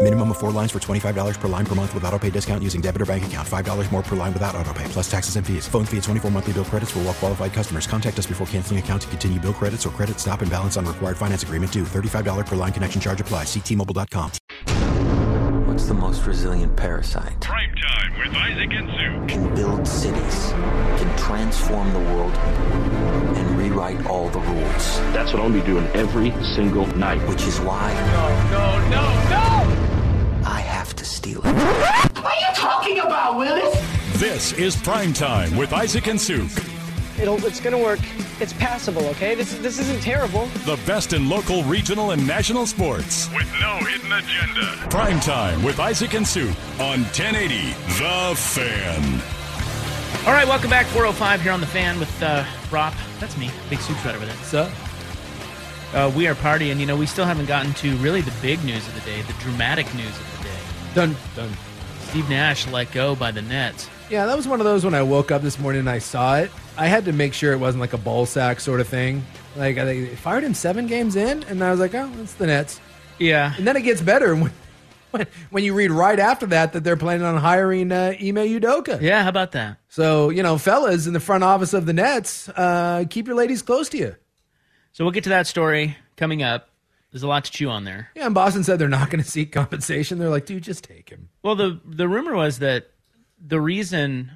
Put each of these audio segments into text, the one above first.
Minimum of four lines for $25 per line per month with auto pay discount using debit or bank account. $5 more per line without auto pay, plus taxes and fees. Phone fee at 24 monthly bill credits for all well qualified customers. Contact us before canceling account to continue bill credits or credit stop and balance on required finance agreement due. $35 per line connection charge apply. Ctmobile.com. What's the most resilient parasite? Prime time with Isaac Ensu. Can build cities, can transform the world, and rewrite all the rules. That's what I'll be doing every single night. Which is why. No, no, no, no! I have to steal it. What are you talking about, Willis? This is Prime Time with Isaac and Sue. It'll, it's going to work. It's passable, okay? This, this isn't terrible. The best in local, regional, and national sports. With no hidden agenda. Prime Time with Isaac and Sue on 1080 The Fan. All right, welcome back. 405 here on The Fan with uh, Rob. That's me. Big Sue Shredder with it. Sup? Uh, we are partying. You know, we still haven't gotten to really the big news of the day, the dramatic news of the day. Done. Done. Steve Nash let go by the Nets. Yeah, that was one of those when I woke up this morning and I saw it. I had to make sure it wasn't like a ball sack sort of thing. Like I they fired him seven games in, and I was like, oh, it's the Nets. Yeah. And then it gets better when when, when you read right after that that they're planning on hiring uh, Ime Udoka. Yeah, how about that? So you know, fellas in the front office of the Nets, uh, keep your ladies close to you. So we'll get to that story coming up. There's a lot to chew on there. Yeah, and Boston said they're not going to seek compensation. They're like, dude, just take him. Well, the the rumor was that the reason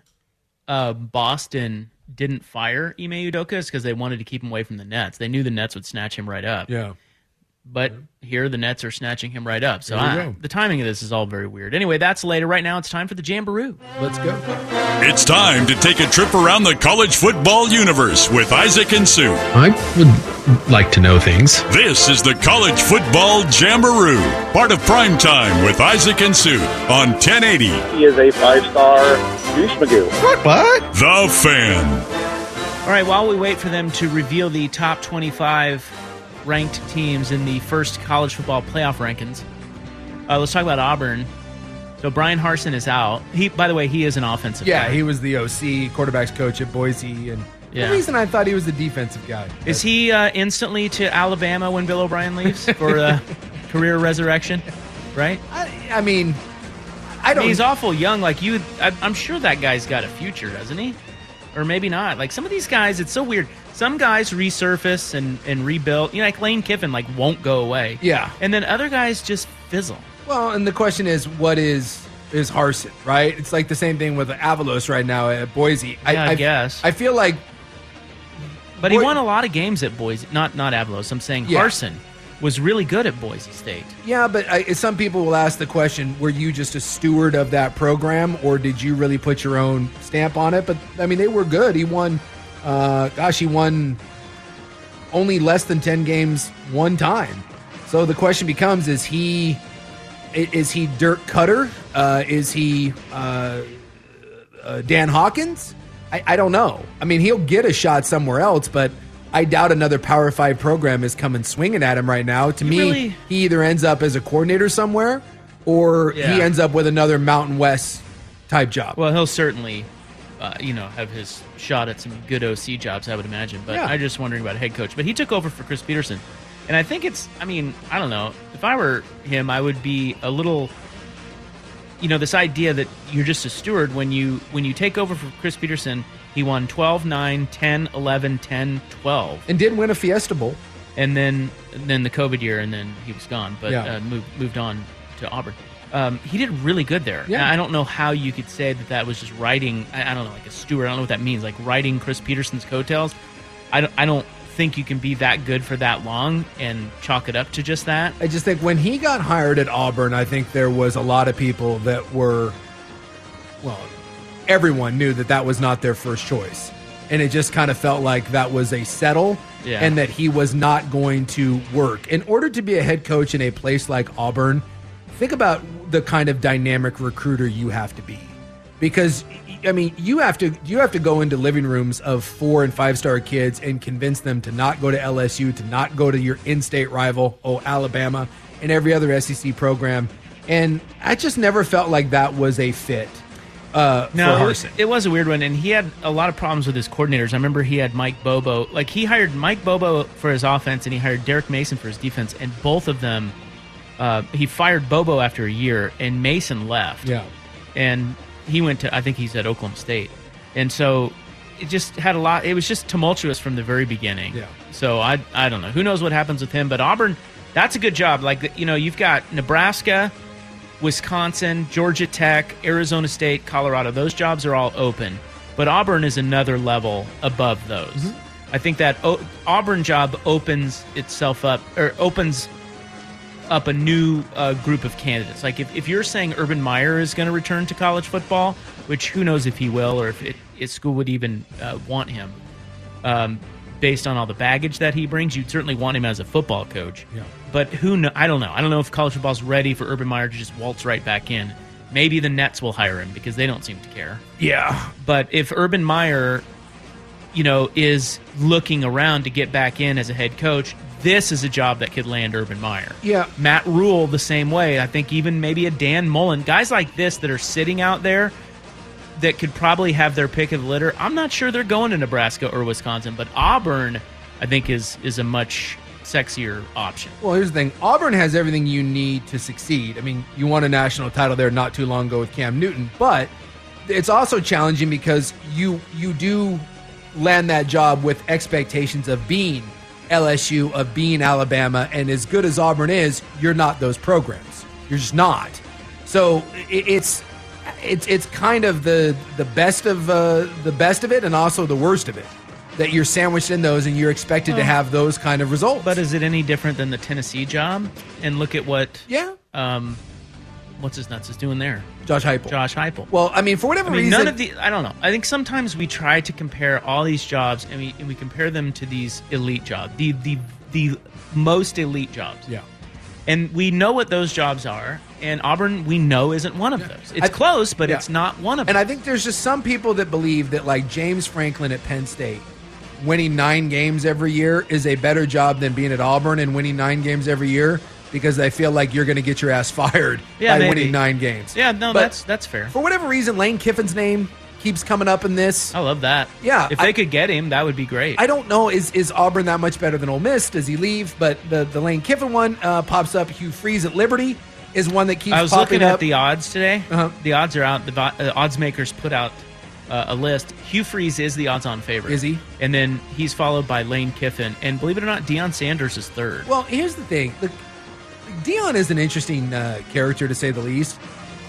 uh, Boston didn't fire Ime Udoka is because they wanted to keep him away from the Nets. They knew the Nets would snatch him right up. Yeah. But here the Nets are snatching him right up. So I, the timing of this is all very weird. Anyway, that's later. Right now, it's time for the Jamboree. Let's go. It's time to take a trip around the college football universe with Isaac and Sue. I would like to know things. This is the College Football Jamboree, part of Prime Time with Isaac and Sue on 1080. He is a five star douche magoo. What? What? The Fan. All right, while we wait for them to reveal the top 25 ranked teams in the first college football playoff rankings. Uh, let's talk about Auburn. So Brian Harson is out. He, by the way, he is an offensive. Yeah, guy. he was the OC, quarterbacks coach at Boise, and yeah. the reason I thought he was the defensive guy. Is he uh, instantly to Alabama when Bill O'Brien leaves for uh, career resurrection? Right. I, I mean, I don't. He's awful young. Like you, I, I'm sure that guy's got a future, doesn't he? Or maybe not. Like some of these guys, it's so weird some guys resurface and, and rebuild. You know, like Lane Kiffin, like won't go away. Yeah, and then other guys just fizzle. Well, and the question is, what is is Harson? Right? It's like the same thing with Avalos right now at Boise. I, yeah, I, I guess. I feel like, but Boy- he won a lot of games at Boise. Not not Avalos. I'm saying yeah. Harson was really good at Boise State. Yeah, but I, some people will ask the question: Were you just a steward of that program, or did you really put your own stamp on it? But I mean, they were good. He won. Uh, gosh, he won only less than 10 games one time. So the question becomes is he is he Dirk Cutter? Uh, is he uh, Dan Hawkins? I, I, don't know. I mean, he'll get a shot somewhere else, but I doubt another Power Five program is coming swinging at him right now. To he me, really... he either ends up as a coordinator somewhere, or yeah. he ends up with another Mountain West type job. Well, he'll certainly uh, you know, have his shot at some good OC jobs, I would imagine. But yeah. I'm just wondering about head coach. But he took over for Chris Peterson. And I think it's, I mean, I don't know. If I were him, I would be a little you know this idea that you're just a steward when you when you take over for Chris Peterson, he won 12, 9, 10, 11, 10, 12. And did win a Fiesta Bowl. And then then the COVID year and then he was gone, but Yeah. uh, moved moved on to Auburn. Um, he did really good there. Yeah. I don't know how you could say that that was just riding. I, I don't know, like a steward. I don't know what that means. Like riding Chris Peterson's coattails. I don't, I don't think you can be that good for that long and chalk it up to just that. I just think when he got hired at Auburn, I think there was a lot of people that were, well, everyone knew that that was not their first choice. And it just kind of felt like that was a settle Yeah. and that he was not going to work. In order to be a head coach in a place like Auburn, think about the kind of dynamic recruiter you have to be. Because I mean, you have to you have to go into living rooms of four and five star kids and convince them to not go to LSU, to not go to your in-state rival, oh Alabama, and every other SEC program. And I just never felt like that was a fit. Uh, No, for it was, Harson. it was a weird one, and he had a lot of problems with his coordinators. I remember he had Mike Bobo, like he hired Mike Bobo for his offense, and he hired Derek Mason for his defense, and both of them, uh, he fired Bobo after a year, and Mason left. Yeah. and he went to I think he's at Oklahoma State, and so it just had a lot. It was just tumultuous from the very beginning. Yeah. So I I don't know who knows what happens with him, but Auburn, that's a good job. Like you know you've got Nebraska. Wisconsin, Georgia Tech, Arizona State, Colorado. Those jobs are all open, but Auburn is another level above those. I think that o- Auburn job opens itself up or opens up a new uh, group of candidates. Like if, if you're saying Urban Meyer is going to return to college football, which who knows if he will or if, it, if school would even uh, want him, um, based on all the baggage that he brings, you'd certainly want him as a football coach. Yeah. But who know? I don't know. I don't know if college football's ready for Urban Meyer to just waltz right back in. Maybe the Nets will hire him because they don't seem to care. Yeah. But if Urban Meyer, you know, is looking around to get back in as a head coach, this is a job that could land Urban Meyer. Yeah. Matt Rule the same way. I think even maybe a Dan Mullen, guys like this that are sitting out there that could probably have their pick of the litter. I'm not sure they're going to Nebraska or Wisconsin, but Auburn, I think, is is a much sexier option. Well, here's the thing. Auburn has everything you need to succeed. I mean, you won a national title there not too long ago with Cam Newton, but it's also challenging because you you do land that job with expectations of being LSU, of being Alabama, and as good as Auburn is, you're not those programs. You're just not. So i- it's it's it's kind of the the best of uh, the best of it, and also the worst of it. That you're sandwiched in those, and you're expected to Well, have those kind of results. Oh. But is it any different than the Tennessee job? And look at what yeah, um, what's his nuts is doing there. Josh Heupel. Josh Heupel. Well, I mean, for whatever I mean, reason, none of the. I don't know. I think sometimes we try to compare all these jobs, and we and we compare them to these elite jobs, the the the most elite jobs. Yeah. And we know what those jobs are, and Auburn we know isn't one of those. It's close, but yeah. it's not one of and them. I think there's just some people that believe that like James Franklin at Penn State winning nine games every year is a better job than being at Auburn and winning nine games every year because they feel like you're going to get your ass fired Yeah, by maybe. winning nine games. Yeah, no, But that's that's fair. for whatever reason, Lane Kiffin's name keeps coming up in this. I love that. Yeah, If I- they could get him, that would be great. I don't know. Is is Auburn that much better than Ole Miss? Does he leave? But the, the Lane Kiffin one uh, pops up. Hugh Freeze at Liberty is one that keeps. I was popping looking up. Uh-huh. at the odds today. The odds are out. The vo- uh, odds makers put out uh, a list. Hugh Freeze is the odds-on favorite. Is he? And then he's followed by Lane Kiffin, and believe it or not, Deion Sanders is third. Well, here's the thing. Look, Dion is an interesting uh, character to say the least.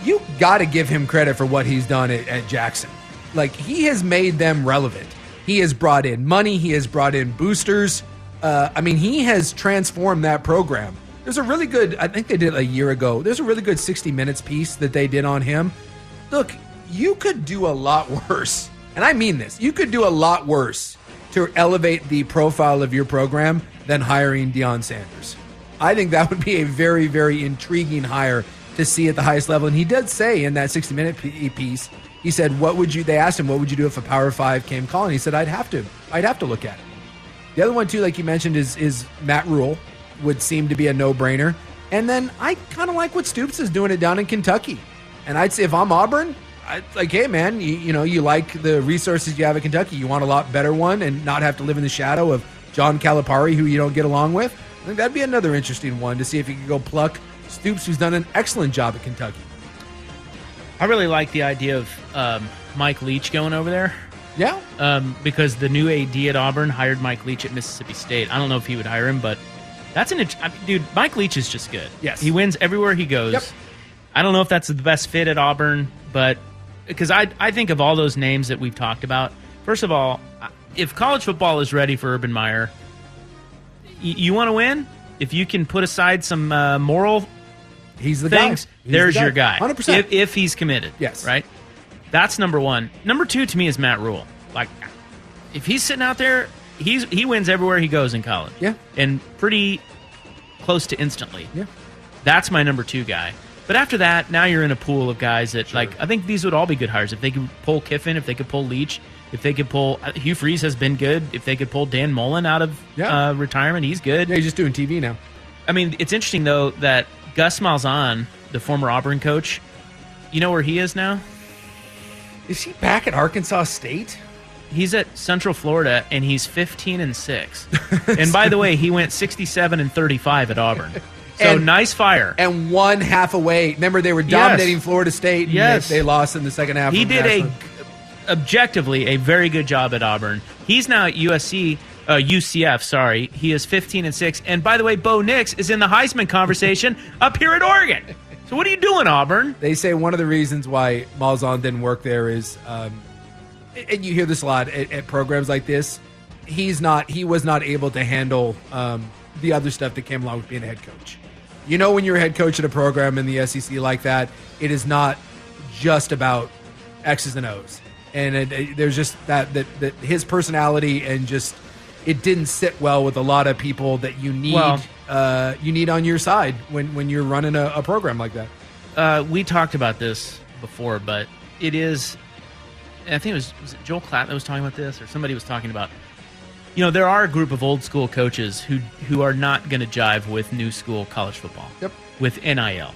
You got to give him credit for what he's done at, at Jackson. Like he has made them relevant. He has brought in money. He has brought in boosters. Uh, I mean, he has transformed that program. There's a really good. I think they did it a year ago. There's a really good 60 Minutes piece that they did on him. Look, you could do a lot worse, and I mean this. You could do a lot worse to elevate the profile of your program than hiring Deion Sanders. I think that would be a very, very intriguing hire to see at the highest level. And he did say in that 60 minute p- e-, piece, he said, What would you, they asked him, what would you do if a Power Five came calling? He said, I'd have to, I'd have to look at it. The other one, too, like you mentioned, is, is Matt Rule, would seem to be a no brainer. And then I kind of like what Stoops is doing it down in Kentucky. And I'd say if I'm Auburn, I'd like, hey, man, you, you know, you like the resources you have at Kentucky. You want a lot better one and not have to live in the shadow of John Calipari, who you don't get along with. I think that'd be another interesting one to see if you could go pluck Stoops, who's done an excellent job at Kentucky. I really like the idea of um, Mike Leach going over there. Yeah. Um, because the new AD at Auburn hired Mike Leach at Mississippi State. I don't know if he would hire him, but that's an int- I mean, dude. Mike Leach is just good. Yes. he wins everywhere he goes. Yep. I don't know if that's the best fit at Auburn, but because I I think of all those names that we've talked about. First of all, I- if college football is ready for Urban Meyer, y- you want to win. If you can put aside some uh, moral He's the guy. things, He's there's the your guy. 100%. If, if he's committed. Yes. Right? That's number one. Number two to me is Matt Rule. Like, if he's sitting out there, he's he wins everywhere he goes in college. Yeah. And pretty close to instantly. Yeah. That's my number two guy. But after that, now you're in a pool of guys that, like, I think these would all be good hires. If they could pull Kiffin, if they could pull Leach, if they could pull uh, Hugh Freeze has been good. If they could pull Dan Mullen out of Yeah. uh, retirement, he's good. Yeah, he's just doing TV now. I mean, it's interesting though that Gus Malzahn, the former Auburn coach, you know where he is now? Is he back at Arkansas State? He's at Central Florida, and he's 15 and six. and by the way, he went 67 and 35 at Auburn. So And- nice fire. And one half away. Remember, they were Yes. dominating Florida State. And Yes. they, they lost in the second half. He of did a national- objectively a very good job at Auburn. He's now at USC, uh, UCF. Sorry, he is 15 and six. And by the way, Bo Nix is in the Heisman conversation up here at Oregon. So what are you doing, Auburn? They say one of the reasons why Malzahn didn't work there is, um, and you hear this a lot at, at programs like this. He's not. He was not able to handle um, the other stuff that came along with being a head coach. You know, when you're a head coach at a program in the SEC like that, it is not just about X's and O's. And it, it- there's just that, that that his personality and just it didn't sit well with a lot of people that you need Well- uh, you need on your side when when you're running a, a program like that. uh, we talked about this before, but it is. I think it was, was it Joel Klatt that was talking about this, or somebody was talking about. You know, there are a group of old school coaches who who are not going to jive with new school college football. Yep. With NIL.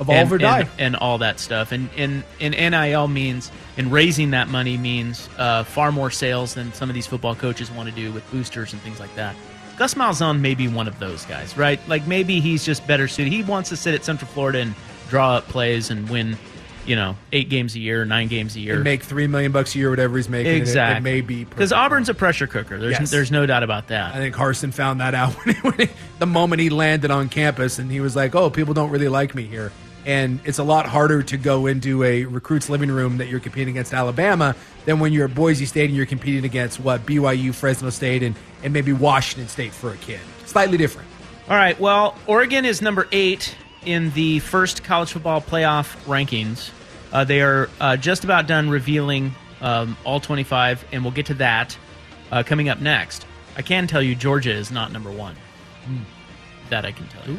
Evolve and, or die. and, and all that stuff, and and and NIL means and raising that money means uh, far more sales than some of these football coaches want to do with boosters and things like that. Gus Malzahn may be one of those guys, right? Like maybe he's just better suited. He wants to sit at Central Florida and draw up plays and win, you know, eight games a year, nine games a year, and make three million bucks a year, whatever he's making. and it- exactly. It, may be because Auburn's a pressure cooker. There's Yes. there's no doubt about that. I think Carson found that out when, he, when he, the moment he landed on campus, and he was like, "Oh, people don't really like me here." And it's a lot harder to go into a recruit's living room that you're competing against Alabama than when you're at Boise State and you're competing against what BYU, Fresno State, and and maybe Washington State for a kid. Slightly different. All right. Well, Oregon is number eight in the first college football playoff rankings. Uh, they are uh, just about done revealing um, all 25, and we'll get to that uh, coming up next. I can tell you Georgia is not number one. Hmm. That I can tell you.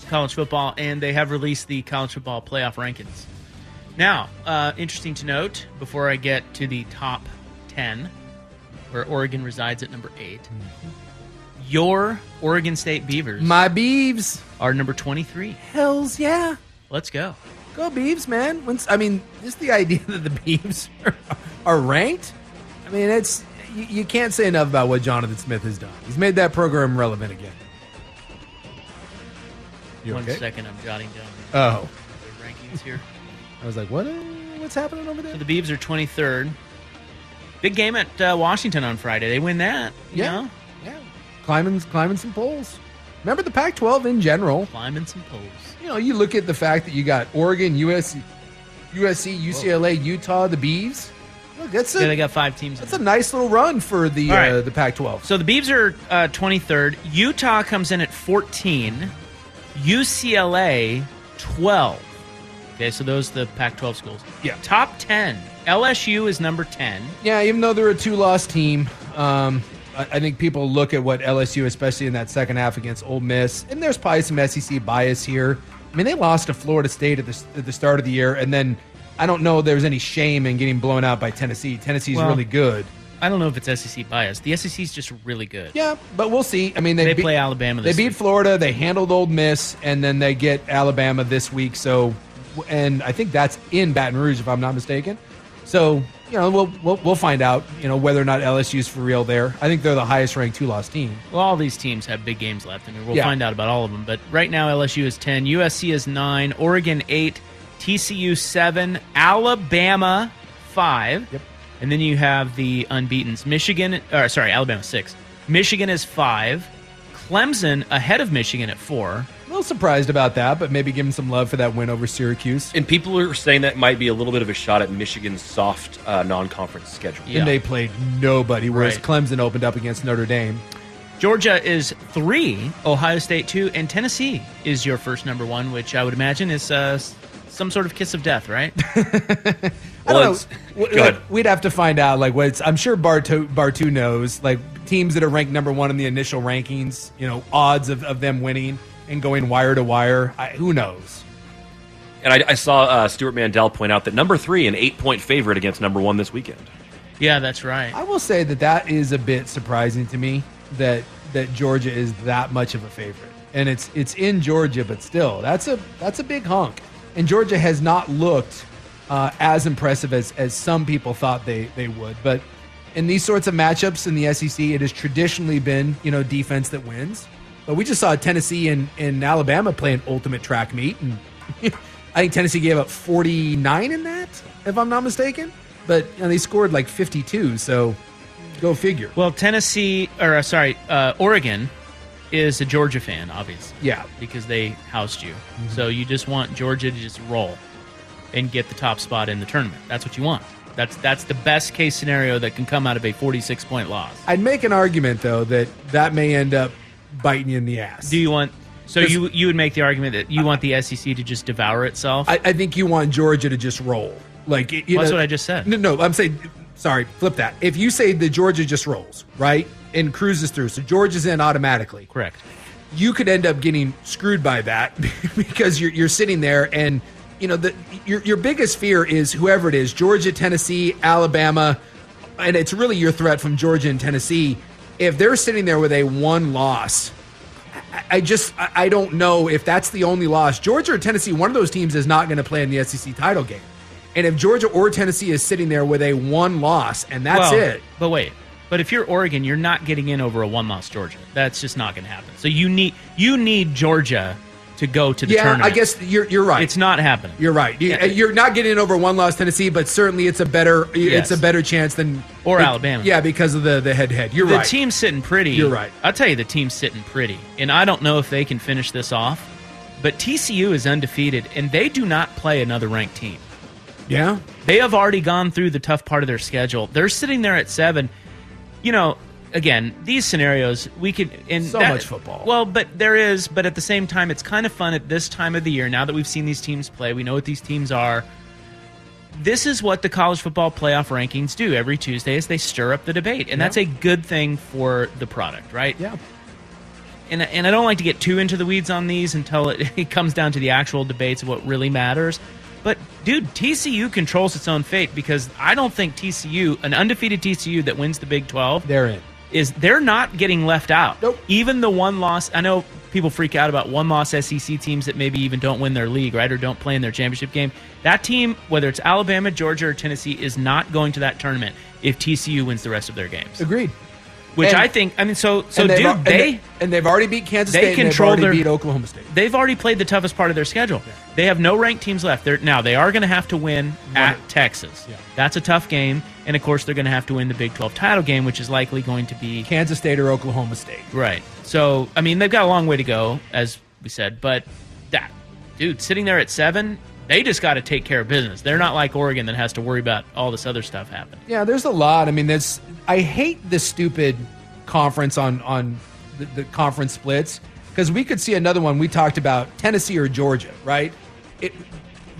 college football, and they have released the college football playoff rankings. Now, uh, interesting to note before I get to the top 10, where Oregon resides at number 8, your Oregon State Beavers. My Beavs. Are number 23. Hells yeah. Let's go. Go Beavs, man. Once, I mean, just the idea that the Beavs are, are ranked. I mean, it's you, you can't say enough about what Jonathan Smith has done. He's made that program relevant again. One You okay? second, I'm jotting down. Oh. the rankings here. I was like, what? uh, What's happening over there? So the Beavs are 23rd. Big game at uh, Washington on Friday. They win that. You Yeah. Know? climbing climbing some poles. Remember the Pac-12 in general. Climbing some poles. You know, you look at the fact that you got Oregon, USC, USC, UCLA, Utah, the Bees. Look, that's a Yeah, they got five teams. in that's a nice little run for the All right. uh, the Pac-12. So the Beavs are uh, 23rd. Utah comes in at 14. UCLA 12. Okay, so those are the Pac-12 schools. Yeah. Top 10. LSU is number 10. Yeah, even though they're a two-loss team, um, I, I think people look at what LSU, especially in that second half against Ole Miss, and there's probably some SEC bias here. I mean, they lost to Florida State at the, s- at the start of the year, and then I don't know there's any shame in getting blown out by Tennessee. Tennessee's Well- really good. I don't know if it's SEC bias. The SEC is just really good. Yeah, but we'll see. I mean, they, They beat- play Alabama They this beat week. Florida. They handled Old Miss, and then they get Alabama this week. So, and I think that's in Baton Rouge, if I'm not mistaken. So, you know, we'll we'll, we'll find out. You know, whether or not LSU's for real there. I think they're the highest ranked two loss team. Well, all these teams have big games left. I mean, we'll Yeah. find out about all of them. But right now, LSU is 10, USC is 9, Oregon 8, TCU 7, Alabama 5. Yep. And then you have the unbeatens. Michigan, or sorry, Alabama 6. Michigan is 5. Clemson ahead of Michigan at 4. A little surprised about that, but maybe give them some love for that win over Syracuse. And people are saying that might be a little bit of a shot at Michigan's soft uh, non-conference schedule. And they played nobody, whereas Right. Clemson opened up against Notre Dame. Georgia is 3, Ohio State 2, and Tennessee is your first number 1, which I would imagine is uh, s- some sort of kiss of death, right? I don't Well, know. it's- W- go ahead. Like, we'd have to find out. Like, what's I'm sure Bartu Bartu knows. Like teams that are ranked number one in the initial rankings. You know, odds of, of them winning and going wire to wire. I, who knows? And I, I saw uh, Stuart Mandel point out that number three, an eight-point favorite against number one this weekend. yeah, that's right. I will say that that is a bit surprising to me that that Georgia is that much of a favorite, and it's it's in Georgia, but still, that's a that's a big hunk. And Georgia has not looked uh, as impressive as as some people thought they they would, but. In these sorts of matchups in the SEC, it has traditionally been you know defense that wins, but we just saw Tennessee and, and Alabama play an ultimate track meet, and I think Tennessee gave up 49 in that, if I'm not mistaken. But you know, they scored like 52, so go figure. Well, Tennessee, or uh, sorry, uh, Oregon is a Georgia fan, obviously. Yeah. Mm-hmm. Because they housed you. So you just want Georgia to just roll and get the top spot in the tournament. That's what you want. That's that's the best case scenario that can come out of a 46 point loss. I'd make an argument though that that may end up biting you in the ass. Do you want. So This- you you would make the argument that you want the SEC to just devour itself? I, I think you want Georgia to just roll. Like it- you Well, that's know- what I just said. No, no, I'm saying sorry, flip that. If you say the Georgia just rolls, right? And cruises through, so Georgia's in automatically. Correct. You could end up getting screwed by that because you're you're sitting there and you know the your your biggest fear is whoever it is, Georgia, Tennessee, Alabama, and it's really your threat from Georgia and Tennessee. If they're sitting there with a one loss, I- I just I I don't know if that's the only loss. Georgia or Tennessee, one of those teams is not going to play in the SEC title game. And if Georgia or Tennessee is sitting there with a one loss and that's Well, it, But wait, but if you're Oregon, you're not getting in over a one loss Georgia. That's just not going to happen. So you need you need Georgia to go to the yeah, tournament. I guess you're you're right. it's not happening. you're right. You, Yeah. You're not getting over one loss Tennessee, but certainly it's a better Yes. it's a better chance than Or it- Alabama. Yeah, because of the the head to head. You're the right. team's sitting pretty. You're right. I'll tell you, the team's sitting pretty, and I don't know if they can finish this off. But TCU is undefeated, and they do not play another ranked team. yeah, They have already gone through the tough part of their schedule. They're sitting there at seven. you know, again, these scenarios we could and So much football. Well, but there is, but at the same time, it's kind of fun at this time of the year. Now that we've seen these teams play, we know what these teams are. This is what the college football playoff rankings do every Tuesday is they stir up the debate, and Yeah. that's a good thing for the product, right? Yeah. And and I don't like to get too into the weeds on these until it, it comes down to the actual debates of what really matters. But dude, TCU controls its own fate because I don't think TCU, an undefeated TCU that wins the Big Twelve, they're in. Is they're not getting left out. Nope. Even the one loss, I know people freak out about one loss SEC teams that maybe even don't win their league, right, or don't play in their championship game. That team, whether it's Alabama, Georgia, or Tennessee, is not going to that tournament if TCU wins the rest of their games. Agreed. Which And- I think. I mean, so so and they've dude, al- and they they- and they've already beat Kansas they State. and they've control already their beat Oklahoma State. They've already played the toughest part of their schedule. They have no ranked teams left. They're, now they are going to have to win at Texas. That's a tough game, and of course they're going to have to win the Big Twelve title game, which is likely going to be Kansas State or Oklahoma State. Right. So I mean they've got a long way to go, as we said. But that dude sitting there at seven, they just got to take care of business. They're not like Oregon that has to worry about all this other stuff happening. Yeah, there's a lot. I mean, that's I hate the stupid conference on on the, the conference splits because we could see another one. We talked about Tennessee or Georgia, right? It,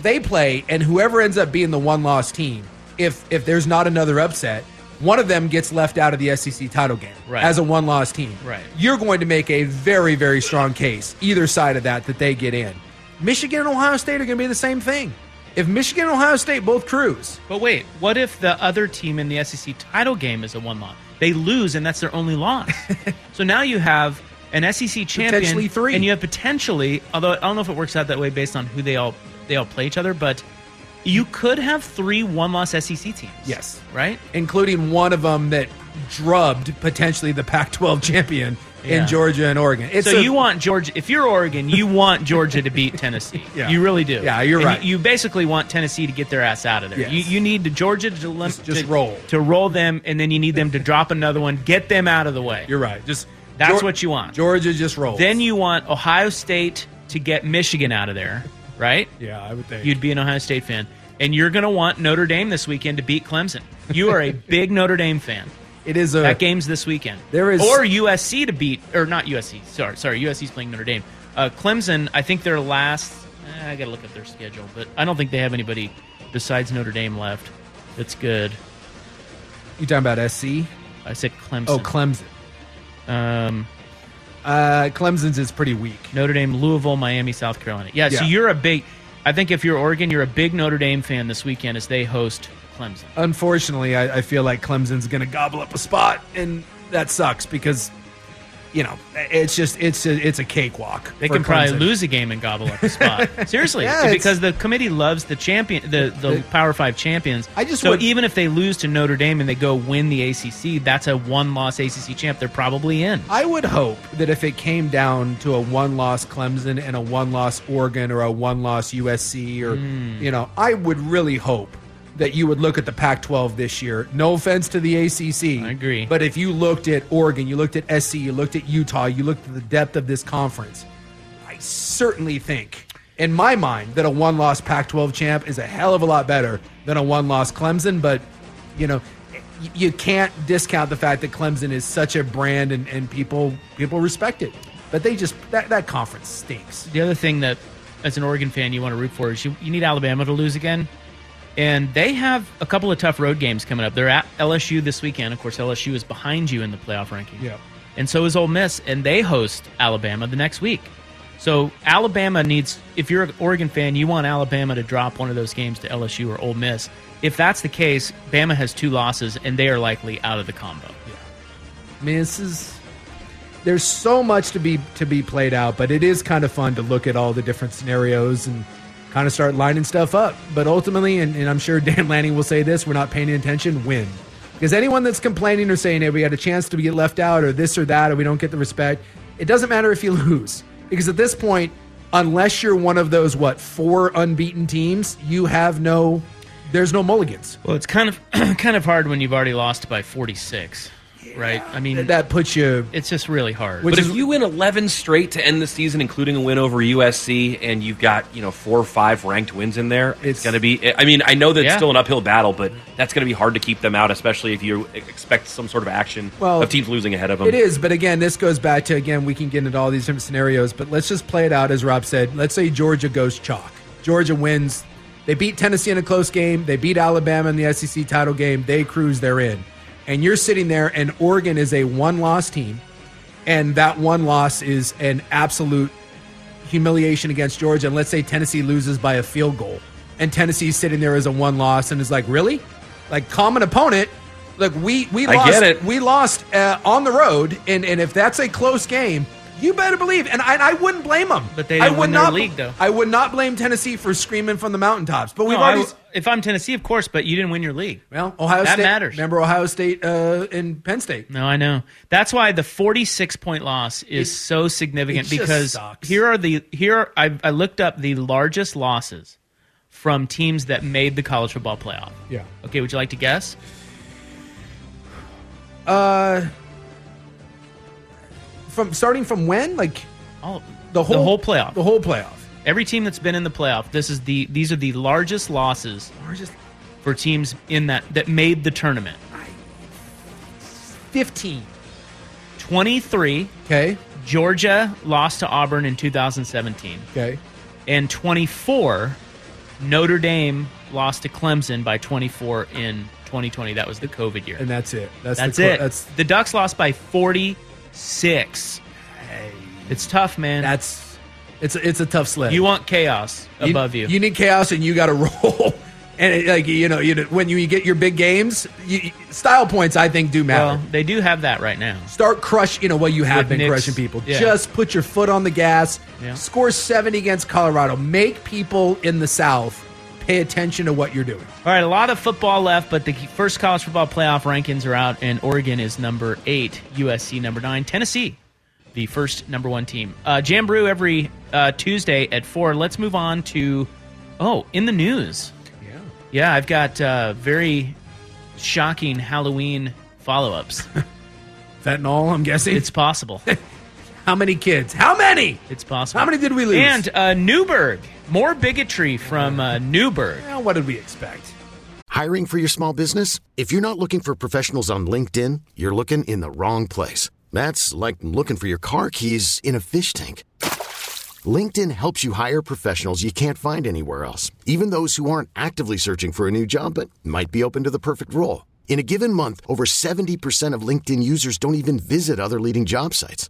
they play, and whoever ends up being the one loss team, if if there's not another upset, one of them gets left out of the SEC title game Right. as a one loss team. Right. You're going to make a very very strong case either side of that that they get in. Michigan and Ohio State are going to be the same thing. If Michigan and Ohio State both cruise, But wait, what if the other team in the SEC title game is a one loss? They lose, and that's their only loss. so now you have an SEC champion, Potentially three. and you have potentially. Although I don't know if it works out that way based on who they all they all play each other, but you could have three one loss SEC teams. Yes. Right? Including one of them that drubbed potentially the Pac 12 champion Yeah. in Georgia and Oregon. It's so a- you want Georgia? If you're Oregon, you want Georgia to beat Tennessee. Yeah. You really do. Yeah, you're And right. You, you basically want Tennessee to get their ass out of there. Yes. You, you need to Georgia to lim- just to, roll. to roll them, and then you need them to drop another one, get them out of the way. You're right. Just that's Geor- what you want. Georgia just rolled. Then you want Ohio State to get Michigan out of there, right? yeah, I would think. You'd be an Ohio State fan, and you're going to want Notre Dame this weekend to beat Clemson. You are a big Notre Dame fan. It is a That game's this weekend. Uh, There is- or USC to beat or not USC. Sorry, sorry. USC's playing Notre Dame. Uh, Clemson. I think their last. eh, I got to look at their schedule, but I don't think they have anybody besides Notre Dame left. That's good. You talking about SC? I said Clemson. Oh, Clemson. Um, uh, Clemson's is pretty weak. Notre Dame, Louisville, Miami, South Carolina. Yeah, So Yeah. you're a big. I think if you're Oregon, you're a big Notre Dame fan this weekend as they host Clemson. Unfortunately, I, I feel like Clemson's going to gobble up a spot, and that sucks because, you know, it's just it's a, it's a cakewalk. They for can probably Clemson. lose a game and gobble up a spot. Seriously, Yeah, it's- because the committee loves the champion, the, the Power Five champions. I just so would- even if they lose to Notre Dame and they go win the ACC, that's a one-loss ACC champ. They're probably in. I would hope that if it came down to a one loss Clemson and a one loss Oregon or a one loss USC, or, you know, I would really hope that you would look at the Pac 12 this year. No offense to the ACC. I agree. But if you looked at Oregon, you looked at SC, you looked at Utah, you looked at the depth of this conference, I certainly think, in my mind, that a one loss Pac 12 champ is a hell of a lot better than a one loss Clemson. But, you know, y- you can't discount the fact that Clemson is such a brand and, and people people respect it. But they just, that, that conference stinks. The other thing that, as an Oregon fan, you want to root for is you, you need Alabama to lose again. And they have a couple of tough road games coming up. They're at LSU this weekend. Of course, LSU is behind you in the playoff ranking. Yeah. And so is Ole Miss, and they host Alabama the next week. So Alabama needs, if you're an Oregon fan, you want Alabama to drop one of those games to LSU or Ole Miss. If that's the case, Bama has two losses, and they are likely out of the combo. I mean, this is there's so much to be to be played out, but it is kind of fun to look at all the different scenarios and kind of start lining stuff up. But ultimately, and, and I'm sure Dan Lanning will say this, we're not paying attention. Win. Because anyone that's complaining or saying, hey, we had a chance to get left out or this or that, or we don't get the respect, it doesn't matter if you lose. Because at this point, unless you're one of those, what, four unbeaten teams, you have no, there's no mulligans. Well, it's kind of kind of hard when you've already lost by 46. right? I mean, that puts you. It's just really hard. But if you win 11 straight to end the season, including a win over USC, and you've got you know four or five ranked wins in there, it's, going to be. I mean, I know that Yeah. it's still an uphill battle, but that's going to be hard to keep them out, especially if you expect some sort of action Well, of teams losing ahead of them. It is, but again, this goes back to again we can get into all these different scenarios, but let's just play it out as Rob said. Let's say Georgia goes chalk. Georgia wins. They beat Tennessee in a close game. They beat Alabama in the SEC title game. They cruise. They're in, and you're sitting there, and Oregon is a one-loss team, and that one loss is an absolute humiliation against Georgia. And let's say Tennessee loses by a field goal, and Tennessee's sitting there as a one loss, and is like, really, like common opponent. Look, we we I lost, get it. we lost uh, on the road, and and if that's a close game, you better believe. And I, and I wouldn't blame them. But they I didn't would win their not league, though. I would not blame Tennessee for screaming from the mountaintops. But we've No, I already. w- if I'm Tennessee, of course, but you didn't win your league. Well, Ohio that State matters. Remember Ohio State uh, and Penn State. No, I know. That's why the 46 point loss is It- so significant it just because sucks. here are the here are, I, I looked up the largest losses from teams that made the college football playoff. Yeah. Okay, would you like to guess? Uh, from starting from when, like all the whole whole playoff. the whole playoff. Every team that's been in the playoff, this is the these are the largest losses Largest- for teams in that that made the tournament. 15. 23. Okay. Georgia lost to Auburn in 2017. Okay. And 24, Notre Dame lost to Clemson by 24 in 2020. That was the COVID year. And that's it. That's, That's the, clo- it. That's the Ducks lost by 46. It's tough, man. That's it's a- it's a tough sled. You want chaos above you. You need chaos, and you got to roll. And it, like you know, you know, when you get your big games, you, you- style points I think do matter. well, they do have that right now. Start crush, you know, what you have With been Knicks, crushing people. yeah. Just put your foot on the gas. Yeah. Score seventy against Colorado. Make people in the South pay attention to what you're doing. All right, a lot of football left, but the first college football playoff rankings are out, and Oregon is number eight, USC number nine, Tennessee, the first number one team. Uh, Jam Brew every uh, Tuesday at four. Let's move on to, oh, in the news. Yeah. Yeah, I've got uh, very shocking Halloween follow ups. Fentanyl, I'm guessing. it's possible. How many kids? How many? It's possible. How many did we lose? And uh, Newberg. More bigotry from uh, Newberg. Well, what did we expect? Hiring for your small business? If you're not looking for professionals on LinkedIn, you're looking in the wrong place. That's like looking for your car keys in a fish tank. LinkedIn helps you hire professionals you can't find anywhere else, even those who aren't actively searching for a new job but might be open to the perfect role. In a given month, over 70% of LinkedIn users don't even visit other leading job sites.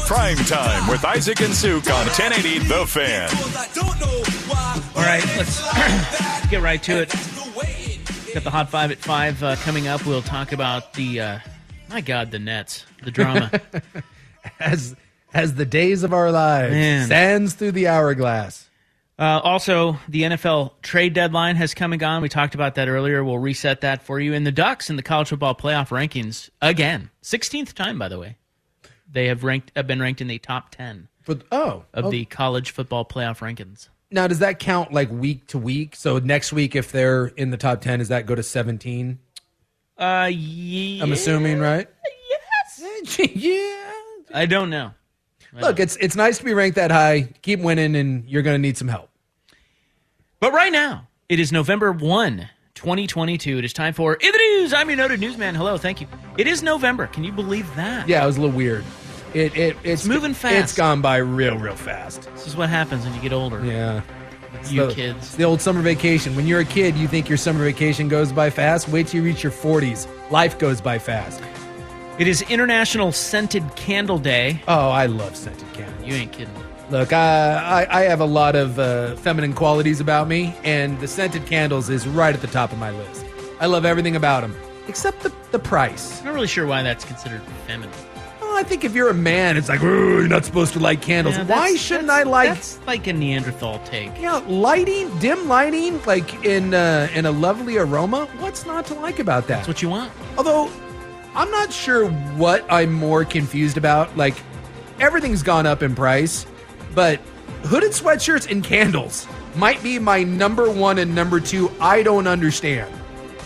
Prime time with Isaac and Suk on 1080 The Fan. All right, let's get right to it. Got the hot five at five uh, coming up. We'll talk about the uh, my God, the Nets, the drama. As as the days of our lives Man. sands through the hourglass. uh, also, the NFL trade deadline has come and gone. We talked about that earlier. We'll reset that for you. And the Ducks in the college football playoff rankings again, sixteenth time by the way. They have ranked have been ranked in the top ten But oh, of oh. the college football playoff rankings. Now, does that count like week to week? So next week, if they're in the top ten, does that go to seventeen? Uh, yeah. I'm assuming, right? Yes. yeah. I don't know. look, it's it's nice to be ranked that high. Keep winning, and you're going to need some help. But right now, it is November 1, 2022. It is time for In the News. I'm your noted newsman. Hello, thank you. It is November. Can you believe that? Yeah, it was a little weird. It, it it's, moving fast. It's gone by real real fast. This is what happens when you get older. Yeah. You the, kids. it's the old summer vacation. When you're a kid, you think your summer vacation goes by fast. Wait till you reach your 40s. Life goes by fast. It is International Scented Candle Day. Oh, I love scented candles. You ain't kidding. Look, I, I, I have a lot of uh, feminine qualities about me, and the scented candles is right at the top of my list. I love everything about them, except the, the price. I'm not really sure why that's considered feminine. Oh, I think if you're a man, it's like, "Ooh, you're not supposed to like candles. Yeah, Why that's- shouldn't I that's- like That's like a Neanderthal take. Yeah, lighting, dim lighting, like in uh, in a lovely aroma. What's not to like about that? That's what you want. Although, I'm not sure what I'm more confused about. Like, everything's gone up in price, but hooded sweatshirts and candles might be my number one and number two. I don't understand.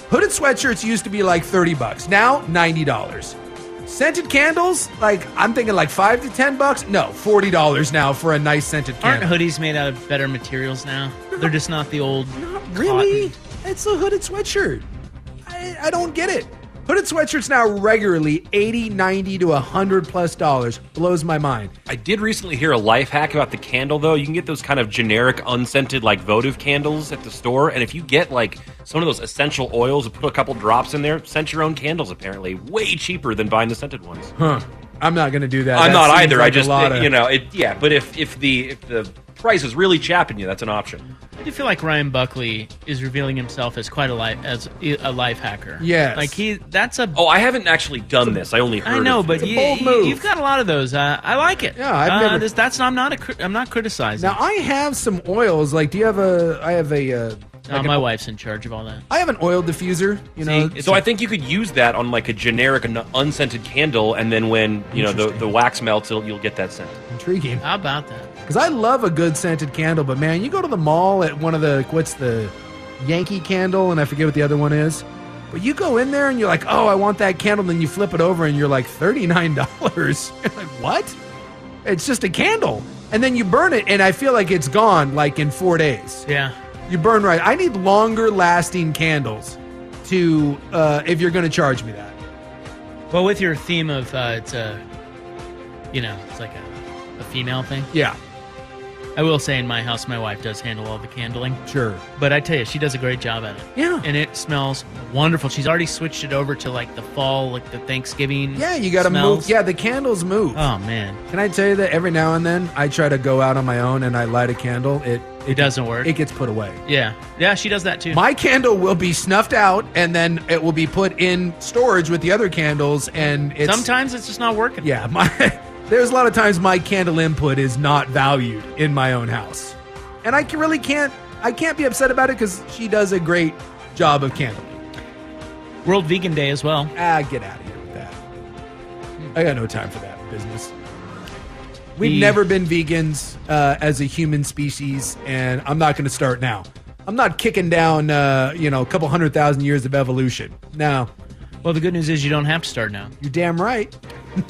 Hooded sweatshirts used to be like thirty bucks. Now ninety dollars. Scented candles, like I'm thinking, like five to ten bucks. No, forty dollars now for a nice scented Aren't candle. hoodies made out of better materials now? They're just not the old. Really? It's a hooded sweatshirt. I, I don't get it. Hooded sweatshirts now regularly 80, 90 to 100 plus dollars. Blows my mind. I did recently hear a life hack about the candle, though. You can get those kind of generic, unscented, like votive candles at the store. And if you get like some of those essential oils and put a couple drops in there, scent your own candles, apparently. Way cheaper than buying the scented ones. Huh. I'm not going to do that. I'm That not seems either. like I just, a lot of- you know, it, yeah. But if, if the if the price is really chapping you, that's an option. I do feel like Ryan Buckley is revealing himself as quite a life as a life hacker. Yes. like he. That's a. Oh, I haven't actually done this. I only heard. I know, of but it. you, have got a lot of those. Uh, I like it. Yeah, I've uh, never- This, that's I'm not. A, cri- I'm not criticizing. Now, I have some oils. Like, do you have a. I have a. Uh, Uh, like an- my wife's in charge of all that. I have an oil diffuser, you know. so I think you could use that on like a generic and unscented candle, and then when you know the, the wax melts, it'll, you'll get that scent. Intriguing. How about that? Because I love a good scented candle, but man, you go to the mall at one of the what's the Yankee candle, and I forget what the other one is. But you go in there and you're like, oh, I want that candle. Then you flip it over and you're like, thirty nine dollars. Like what? It's just a candle, and then you burn it, and I feel like it's gone like in four days. Yeah. You burn right. I need longer lasting candles to uh, if you're going to charge me that. Well, with your theme of uh, it's a, you know, it's like a, a female thing. Yeah. I will say in my house, my wife does handle all the candling. Sure. But I tell you, she does a great job at it. Yeah. And it smells wonderful. She's already switched it over to like the fall, like the Thanksgiving. Yeah, you got to move. smells. Yeah, the candles move. Oh man. Can I tell you that every now and then I try to go out on my own and I light a candle. It it, doesn't work. It gets put away. Yeah. Yeah, she does that too. My candle will be snuffed out and then it will be put in storage with the other candles and it's Sometimes it's just not working. yeah, my there's a lot of times my candle input is not valued in my own house. And I can, really can't I can't be upset about it cuz she does a great job of candling. World Vegan Day as well. Ah, get out of here with that. I got no time for that business. We've The- never been vegans uh, as a human species, and I'm not going to start now. I'm not kicking down, uh, you know, a couple hundred thousand years of evolution. No, Well, the good news is you don't have to start now. you're damn right.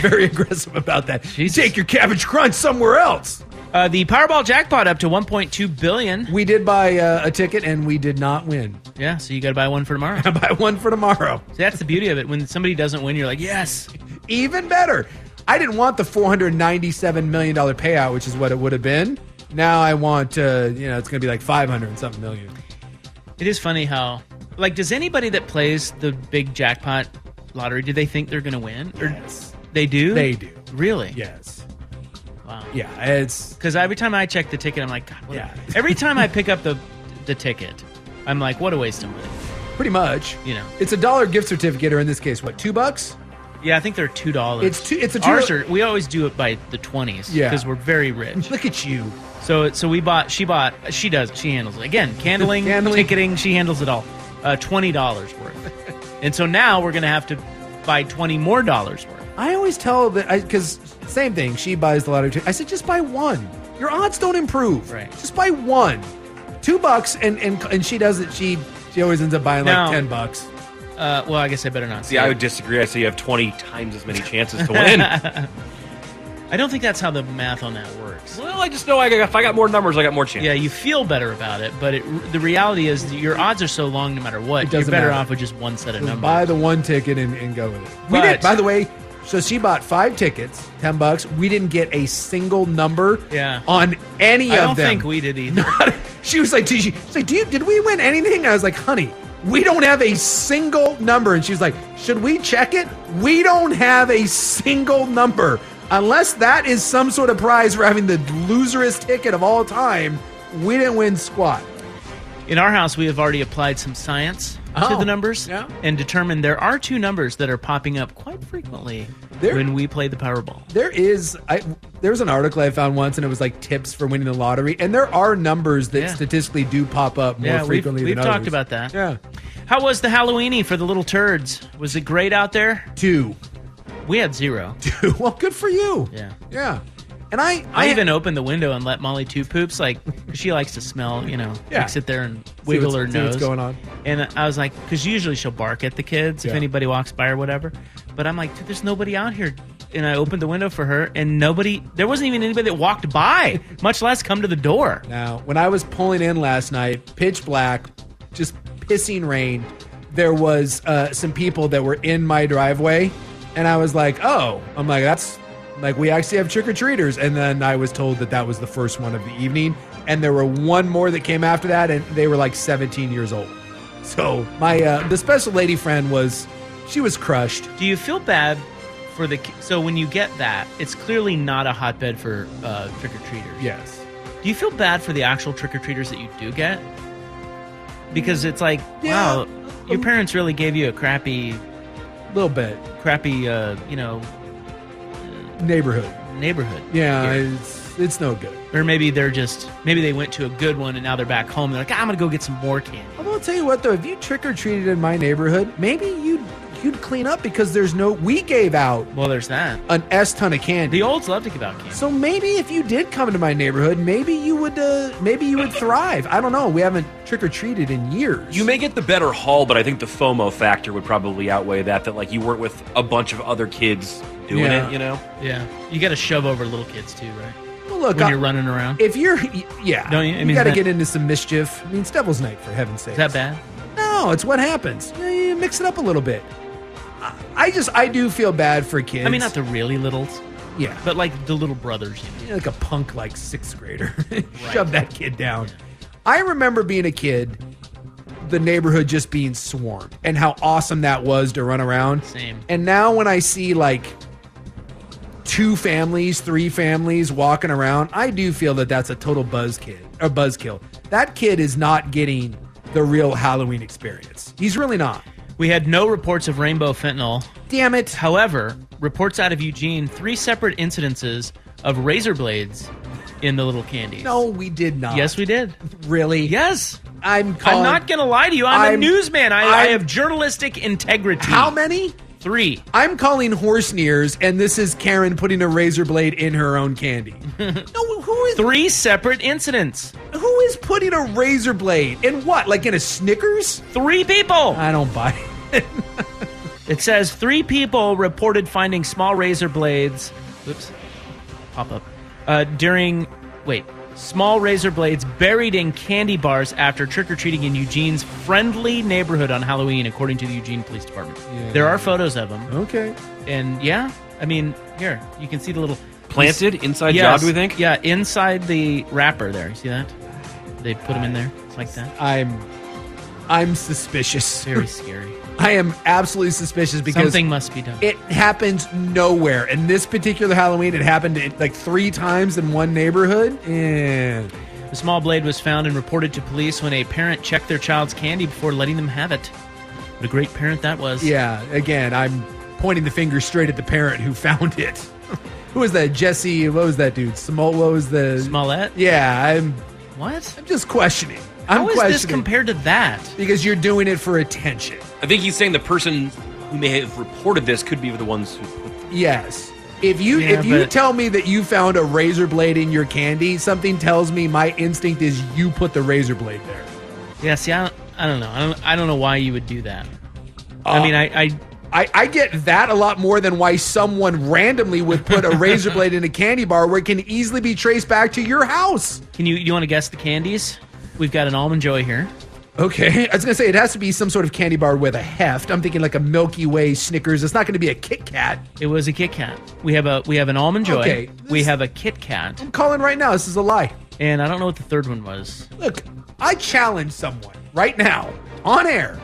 Very aggressive about that. Take your cabbage crunch somewhere else. Uh, the Powerball jackpot up to 1.2 billion. We did buy uh, a ticket, and we did not win. Yeah, so you got to buy one for tomorrow. buy one for tomorrow. See, that's the beauty of it. When somebody doesn't win, you're like, yes. Even better. I didn't want the four hundred ninety-seven million dollar payout, which is what it would have been. Now I want, uh, you know, it's going to be like five hundred and something million. It is funny how, like, does anybody that plays the big jackpot lottery do they think they're going to win? Or They do. They do. Really? Yes. Wow. Yeah, it's Because every time I check the ticket, I'm like, God, what a- Yeah. every time I pick up the the ticket, I'm like, what a waste of money. pretty much. You know. It's a dollar gift certificate, or in this case, what two bucks? Yeah, I think they're two dollars. It's two- it's a two- Ours are, we always do it by the twenties. Yeah. Because we're very rich. Look at you. So so we bought. She bought. She does. She handles it again. Candling, Candling. ticketing. She handles it all. Uh, Twenty dollars worth. and so now we're gonna have to buy twenty more dollars worth. I always tell that because same thing. She buys the lottery. Ticket. I said just buy one. Your odds don't improve. Right. Just buy one, two bucks, and and and she does it. She she always ends up buying No. like ten bucks. Uh, well, I guess I better not. See, I would disagree. I say you have 20 times as many chances to win. I don't think that's how the math on that works. Well, I just know I, if I got more numbers, I got more chance. Yeah, you feel better about it, but it, the reality is that your odds are so long no matter what. It You're doesn't better matter. off with just one set of Just numbers. buy the one ticket and, and go with it. We But- did. By the way, so she bought five tickets, ten bucks. We didn't get a single number. Yeah. On any I of don't them. think we did either. she was like, "Did she?" She's like, "Do you? Did we win anything?" I was like, "Honey." We don't have a single number. And she's like, Should we check it? We don't have a single number. Unless that is some sort of prize for having the loserest ticket of all time, we didn't win squat. In our house, we have already applied some science to Oh, the numbers and determined there are two numbers that are popping up quite frequently when we play the Powerball. There is I there was an article I found once and it was like tips for winning the lottery and there are numbers that Yeah. statistically do pop up more yeah, we've, frequently we've than talked others. about that. Yeah. How was the Halloweeny for the little turds? Was it great out there? Two. We had zero. well, good for you. Yeah. Yeah. And I I, even opened the window and let Molly two poops like 'cause she likes to smell, you know, Yeah. like sit there and wiggle what's- her see nose. what's going on. And I was like, because usually she'll bark at the kids if Yeah. anybody walks by or whatever. But I'm like, dude, there's nobody out here. And I opened the window for her, and nobody. There wasn't even anybody that walked by, much less come to the door. Now, when I was pulling in last night, pitch black, just pissing rain, there was uh, some people that were in my driveway, and I was like, "Oh, I'm like that's like we actually have trick or treaters." And then I was told that that was the first one of the evening, and there were one more that came after that, and they were like 17 years old. So my uh, the special lady friend was, she was crushed. Do you feel bad for the? ki- So when you get that, it's clearly not a hotbed for uh, trick or treaters. Yes. Do you feel bad for the actual trick or treaters that you do get? Because it's like, wow, your parents really gave you a crappy, little bit crappy, uh, you know, Neighborhood. neighborhood. Yeah, here. it's it's no good. Or maybe they're just maybe they went to a good one and now they're back home. They're like, "Ah, I'm gonna go get some more candy. Although I'll tell you what though, if you trick or treated in my neighborhood, maybe you'd you'd clean up because there's no we gave out Well, there's that. an S ton of candy. The olds love to give out candy. So maybe if you did come into my neighborhood, maybe you would uh, maybe you would thrive. I don't know. We haven't trick or treated in years. You may get the better haul, but I think the FOMO factor would probably outweigh that. That like you weren't with a bunch of other kids doing Yeah. it, you know. Yeah, you got to shove over little kids too, right? Well, look, when I- you're running around, If you're yeah, Don't you- I mean, got to that- get into some mischief. I mean, it's Devil's Night for heaven's sake. is that bad? No, it's what happens. You, you mix it up a little bit. I, I just I do feel bad for kids. I mean, not the really littles. Yeah. but like the little brothers. you know, like a punk like sixth grader shove that kid down i remember being a kid the neighborhood just being swarmed and how awesome that was to run around Same. and now when i see like two families three families walking around i do feel that that's a total buzz kid or buzzkill that kid is not getting the real halloween experience he's really not We had no reports of rainbow fentanyl. Damn it. However, reports out of Eugene, three separate incidences of razor blades in the little candies. no we did not Yes, we did. really Yes. i'm calling I'm not going to lie to you. I'm, a I'm- newsman. I, I I'm- have journalistic integrity. how many Three. I'm calling horse nears, and this is Karen putting a razor blade in her own candy. no, who is Three separate incidents. who is putting a razor blade in what? Like in a Snickers? Three people. I don't buy. it. It says three people reported finding small razor blades. Oops. Pop up. Uh, during. Wait. Small razor blades buried in candy bars after trick or treating in Eugene's friendly neighborhood on Halloween, according to the Eugene Police Department. There are photos of them. Okay. And yeah, I mean, here, you can see the little. Planted inside Yes. job, we think. Yeah, inside the wrapper there. You see that? They put them in there like that. I'm I'm suspicious. Very scary. I am absolutely suspicious because Something must be done. it happens nowhere. And this particular Halloween, it happened eh, like three times in one neighborhood. And The small blade was found and reported to police when a parent checked their child's candy before letting them have it. What a great parent that was. yeah, again, I'm pointing the finger straight at the parent who found it. who was that? Jesse? What was that dude? Small? What was the? Smollett? Yeah, I'm What? I'm just questioning. I'm How is questioning this compared to that? because you're doing it for attention. I think he's saying the person who may have reported this could be the ones who. Yes. If you Yeah, if you but- tell me that you found a razor blade in your candy, something tells me my instinct is you put the razor blade there. Uh, Yeah, see, I don't, I don't know. I don't, I don't know why you would do that. I mean, I, I I, I get that a lot more than why someone randomly would put a razor blade in a candy bar where it can easily be traced back to your house. Can you you want to guess the candies? We've got an almond joy here. Okay, I was gonna say it has to be some sort of candy bar with a heft. I'm thinking like a Milky Way, Snickers. It's not gonna be a Kit Kat. It was a Kit Kat. We have a we have an almond joy. Okay, we have a Kit Kat. I'm calling right now. This is a lie. And I don't know what the third one was. Look, I challenge someone right now on air.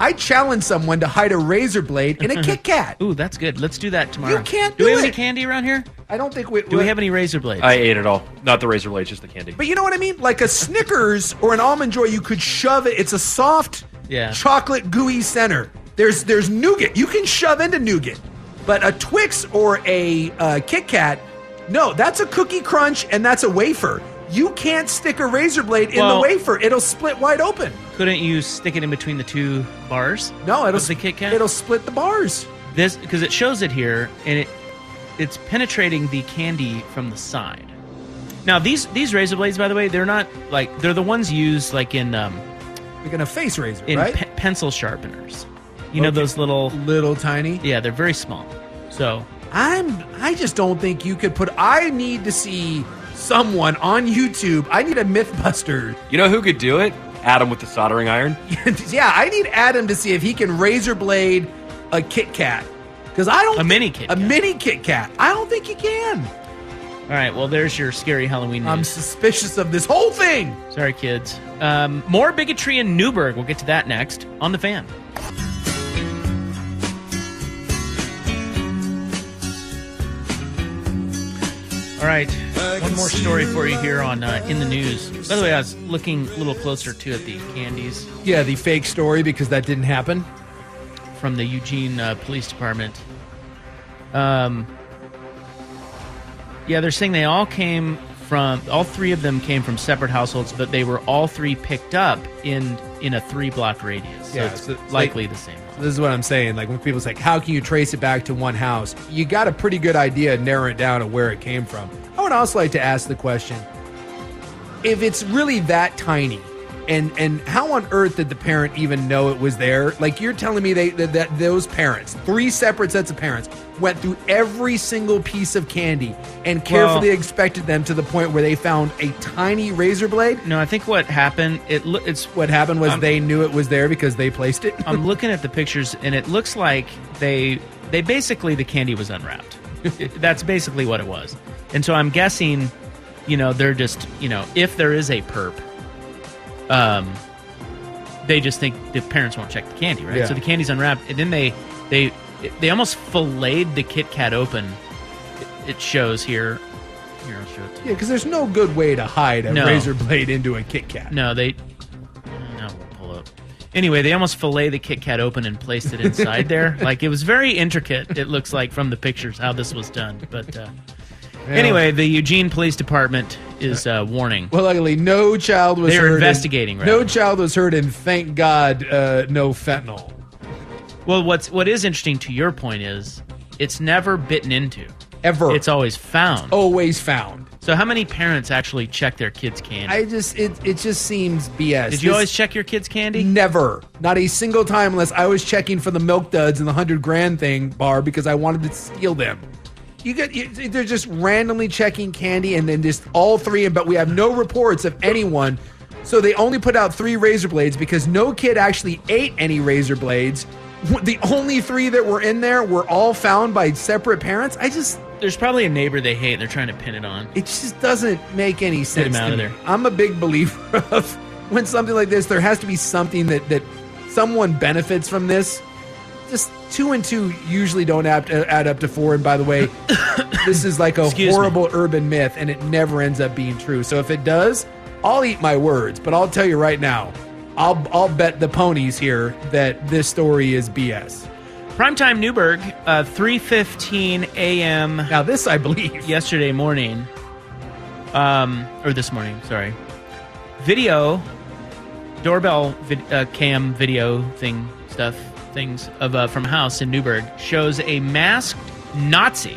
I challenge someone to hide a razor blade in a Kit Kat. Ooh, that's good. Let's do that tomorrow. You can't do, do we have any it. candy around here? I don't think we Do we have any razor blades? I ate it all. Not the razor blades, just the candy. But you know what I mean? Like a Snickers or an almond joy, you could shove it. It's a soft, Yeah. chocolate gooey center. There's there's nougat. You can shove into nougat, but a Twix or a uh, Kit Kat, no, that's a cookie crunch and that's a wafer. You can't stick a razor blade in Well- the wafer. It'll split wide open. Couldn't you stick it in between the two bars? No, it'll With the Kit Kat. It'll split the bars. this because it shows it here and it it's penetrating the candy from the side. Now these these razor blades, by the way, they're not like they're the ones used like in um, Like in a face razor, in right? pe- pencil sharpeners. You know Okay. those little Little tiny. yeah, they're very small. So I'm I just don't think you could put I need to see someone on YouTube. I need a Mythbuster. You know who could do it? Adam with the soldering iron. yeah, I need Adam to see if he can razor blade a Kit Kat. Because I don't a mini kit. a mini Kit Kat. I don't think he can. All right, well there's your scary Halloween I'm news. suspicious of this whole thing. Sorry, kids. Um, more bigotry in Newburgh. We'll get to that next on the fan. All right, one more story for you here on uh, in the news. By the way, I was looking a little closer too at the candies Yeah, the fake story because that didn't happen. from the Eugene uh, Police Department. Um, yeah, they're saying they all came from all three of them came from separate households, but they were all three picked up in in a three block radius. So Yeah, it's so it's likely like- the same. This is what I'm saying. Like when people say, "How can you trace it back to one house?" You got a pretty good idea of narrowing it down to where it came from. I would also like to ask the question: If it's really that tiny, and and how on earth did the parent even know it was there? Like you're telling me they that, that those parents, three separate sets of parents, went through every single piece of candy and carefully expected them to the point where they found a tiny razor blade. No, I think what happened it lo- it's What happened was I'm- they knew it was there because they placed it. I'm looking at the pictures and it looks like they they basically the candy was unwrapped. That's basically what it was. And so I'm guessing, you know, they're just, you know, if there is a perp, um they just think the parents won't check the candy, right? Yeah. So the candy's unwrapped and then they they they almost filleted the Kit Kat open. It, it shows here. Here I'll show it to you. Yeah, because there's no good way to hide a No. razor blade into a Kit Kat. No, they. No, we'll pull up. Anyway, they almost fillet the Kit Kat open and placed it inside there. Like it was very intricate. It looks like from the pictures how this was done. But uh, anyway, the Eugene Police Department is uh, warning. Well, luckily, no child was They were hurt. in- investigating, no rather. child was hurt, and thank God, uh, no fentanyl. Well, what's what is interesting to your point is it's never bitten into. Ever. Oh. It's always found. Always found. So how many parents actually check their kids' candy? I just it it just seems BS. Did you This- always check your kids' candy? Never, not a single time, unless I was checking for the milk duds in the hundred grand thing bar because I wanted to steal them. You get you, they're just randomly checking candy and then just all three, but we have no reports of anyone. So they only put out three razor blades because no kid actually ate any razor blades. The only three that were in there were all found by separate parents. I just There's probably a neighbor they hate and they're trying to pin it on. it just doesn't make any sense. him out to of me. there. I'm a big believer of when something like this, there has to be something that that someone benefits from this. Just two and two usually don't add, add up to four. And by the way, this is like a Excuse me. horrible urban myth, and it never ends up being true. So if it does, I'll eat my words. But I'll tell you right now, I'll I'll bet the ponies here that this story is BS. Primetime Newburgh, uh, 3.15 a.m. Now this I believe. yesterday morning, um, or this morning, sorry, video, doorbell vid- uh, cam video thing stuff things of uh, from a house in Newburgh shows a masked Nazi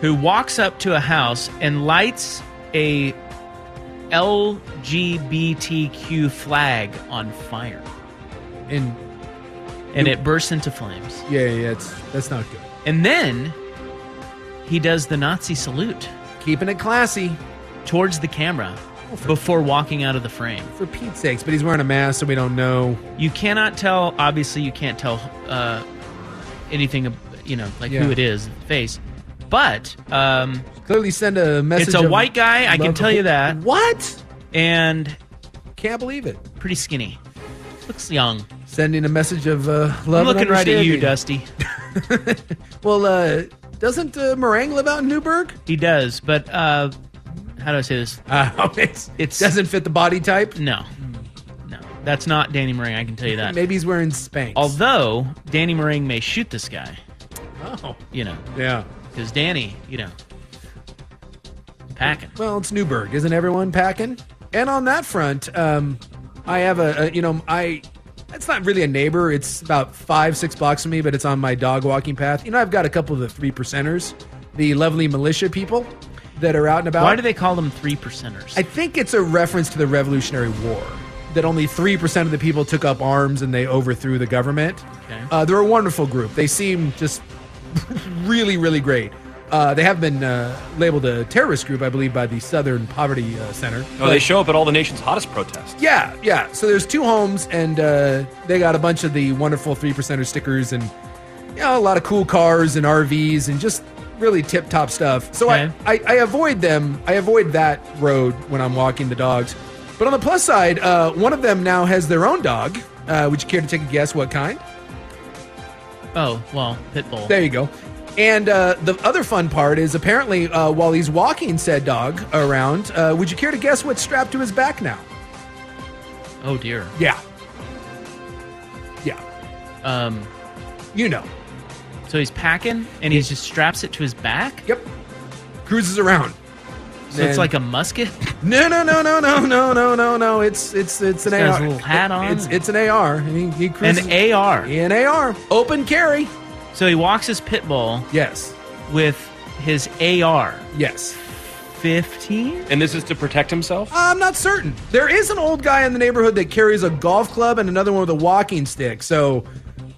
who walks up to a house and lights a LGBTQ flag on fire In and it bursts into flames. Yeah, yeah, it's, that's not good. And then he does the Nazi salute, keeping it classy, towards the camera before walking out of the frame. For Pete's sakes, but he's wearing a mask, so we don't know. You cannot tell. Obviously, you can't tell uh, anything. ab- You know, like Yeah. who it is, face. But um, Clearly, send a message. it's a of white guy. I can love- tell you that. What? And Can't believe it. pretty skinny. Looks young. Sending a message of uh, love. I'm looking and right at you, understanding. Dusty. Well, uh, doesn't uh, Meringue live out in Newburgh? He does, but uh, how do I say this? Uh, it It's doesn't fit the body type. no, no. That's not Danny Murray. I can tell you that. Hmm. Maybe he's wearing Spanx. Although Danny Mering may shoot this guy, Oh. you know, Yeah. because Danny, you know, packing. Well, it's Newburgh. Isn't everyone packing? And on that front, um, I have a, a you know I. It's not really a neighbor. It's about five, six blocks from me, but it's on my dog walking path. You know, I've got a couple of the three percenters, the lovely militia people that are out and about. Why do they call them three percenters? I think it's a reference to the Revolutionary War that only 3% of the people took up arms and they overthrew the government. Okay. Uh, they're a wonderful group. They seem just really, really great. Uh, they have been uh, labeled a terrorist group, I believe, by the Southern Poverty uh, Center. Oh, they show up at all the nation's hottest protests. Yeah, yeah. So there's two homes, and uh, they got a bunch of the wonderful three percenter stickers, and you know, a lot of cool cars and RVs, and just really tip top stuff. So Okay. I, I, I avoid them. I avoid that road when I'm walking the dogs. But on the plus side, uh, one of them now has their own dog. Uh, would you care to take a guess what kind? oh, well, Pitbull. There you go. And uh, the other fun part is apparently uh, while he's walking said dog around, uh, would you care to guess what's strapped to his back now? oh dear. Yeah. Yeah. Um, You know. so he's packing, and he just straps it to his back. Yep. Cruises around. So it's And- like a musket. No, no, no, no, no, no, no, no, no. It's it's it's an He's got AR. his little hat on. It's it's an AR. He, he cruises An AR. An AR. Open carry. So he walks his Pitbull Yes. with his AR Yes. fifteen. And this is to protect himself? I'm not certain. There is an old guy in the neighborhood that carries a golf club and another one with a walking stick. So,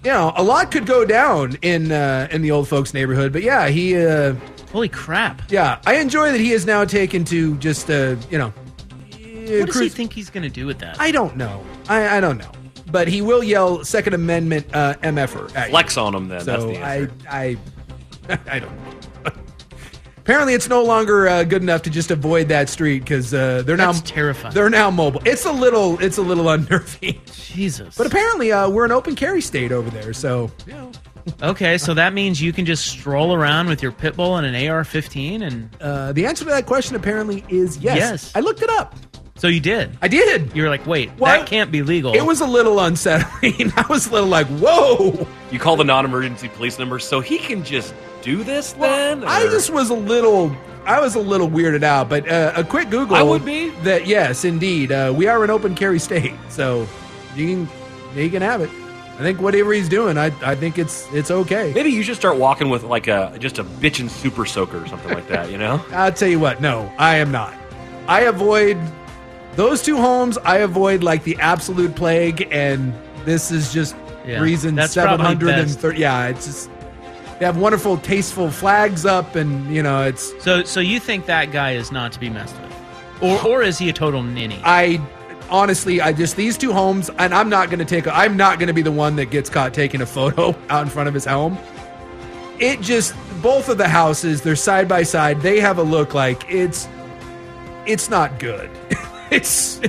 you know, a lot could go down in uh, in the old folks' neighborhood. But yeah, he uh, Holy crap! yeah, I enjoy that he is now taken to just uh, you know. What does he think he's gonna do with that? I don't know. I, I don't know. But he will yell Second Amendment uh, MFer. At you. Flex on him then. That's So the I, answer. I, I don't. know. Apparently, it's no longer uh, good enough to just avoid that street because uh, they're now That's terrifying. They're now mobile. It's a little. It's a little unnerving. Jesus. But apparently, uh, we're an open carry state over there. So you know, okay, so that means you can just stroll around with your Pitbull and an AR-15, and uh, the answer to that question apparently is yes. Yes. I looked it up. so you did. I did. You were like, wait, Well, that can't be legal. It was a little unsettling. I was a little like, whoa. You call the non emergency police number so he can just do this then? I Or- just was a little. I was a little weirded out, but uh, a quick Google. I would be. that. Yes, indeed, uh, we are an open carry state, so you can you can have it. I think whatever he's doing, I I think it's it's okay. Maybe you should start walking with like a just a bitchin' super soaker or something like that, you know? I'll tell you what. No, I am not. I avoid those two homes. I avoid like the absolute plague, and this is just Yeah, reason that's probably seven hundred and best. thirty. Yeah, it's just they have wonderful, tasteful flags up, and you know it's so. So you think that guy is not to be messed with, or or is he a total ninny? I honestly, I just these two homes, and I'm not going to take. A, I'm not going to be the one that gets caught taking a photo out in front of his home. It just both of the houses, they're side by side. They have a look like it's it's not good. it's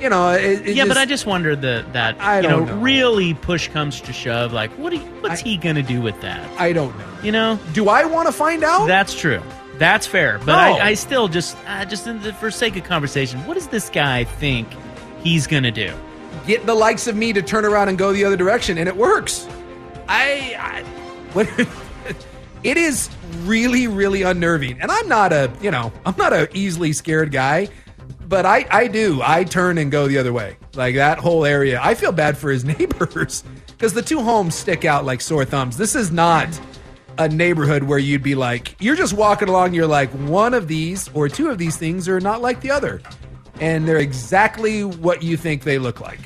you know, it, it yeah, but just- I just wonder that that I you don't know. really push comes to shove, like what? Are you, what's I- he gonna do with that? I don't know. You know, Do I want to find out? that's true. That's fair, but No. I, I still just uh, just in the, for sake of conversation, what does this guy think he's gonna do? Get the likes of me to turn around and go the other direction, and it works. I, I what, it is really, really unnerving. And I'm not a, you know, I'm not a easily scared guy, but I, I do. I turn and go the other way. Like that whole area. I feel bad for his neighbors because the two homes stick out like sore thumbs. This is not a neighborhood where you'd be like, you're just walking along. You're like, one of these or two of these things are not like the other. And they're exactly what you think they look like.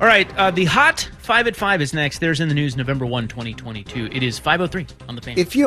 All right, uh, the hot five at five is next. There's in the news November 1, 2022. It is 503 on the fan. If you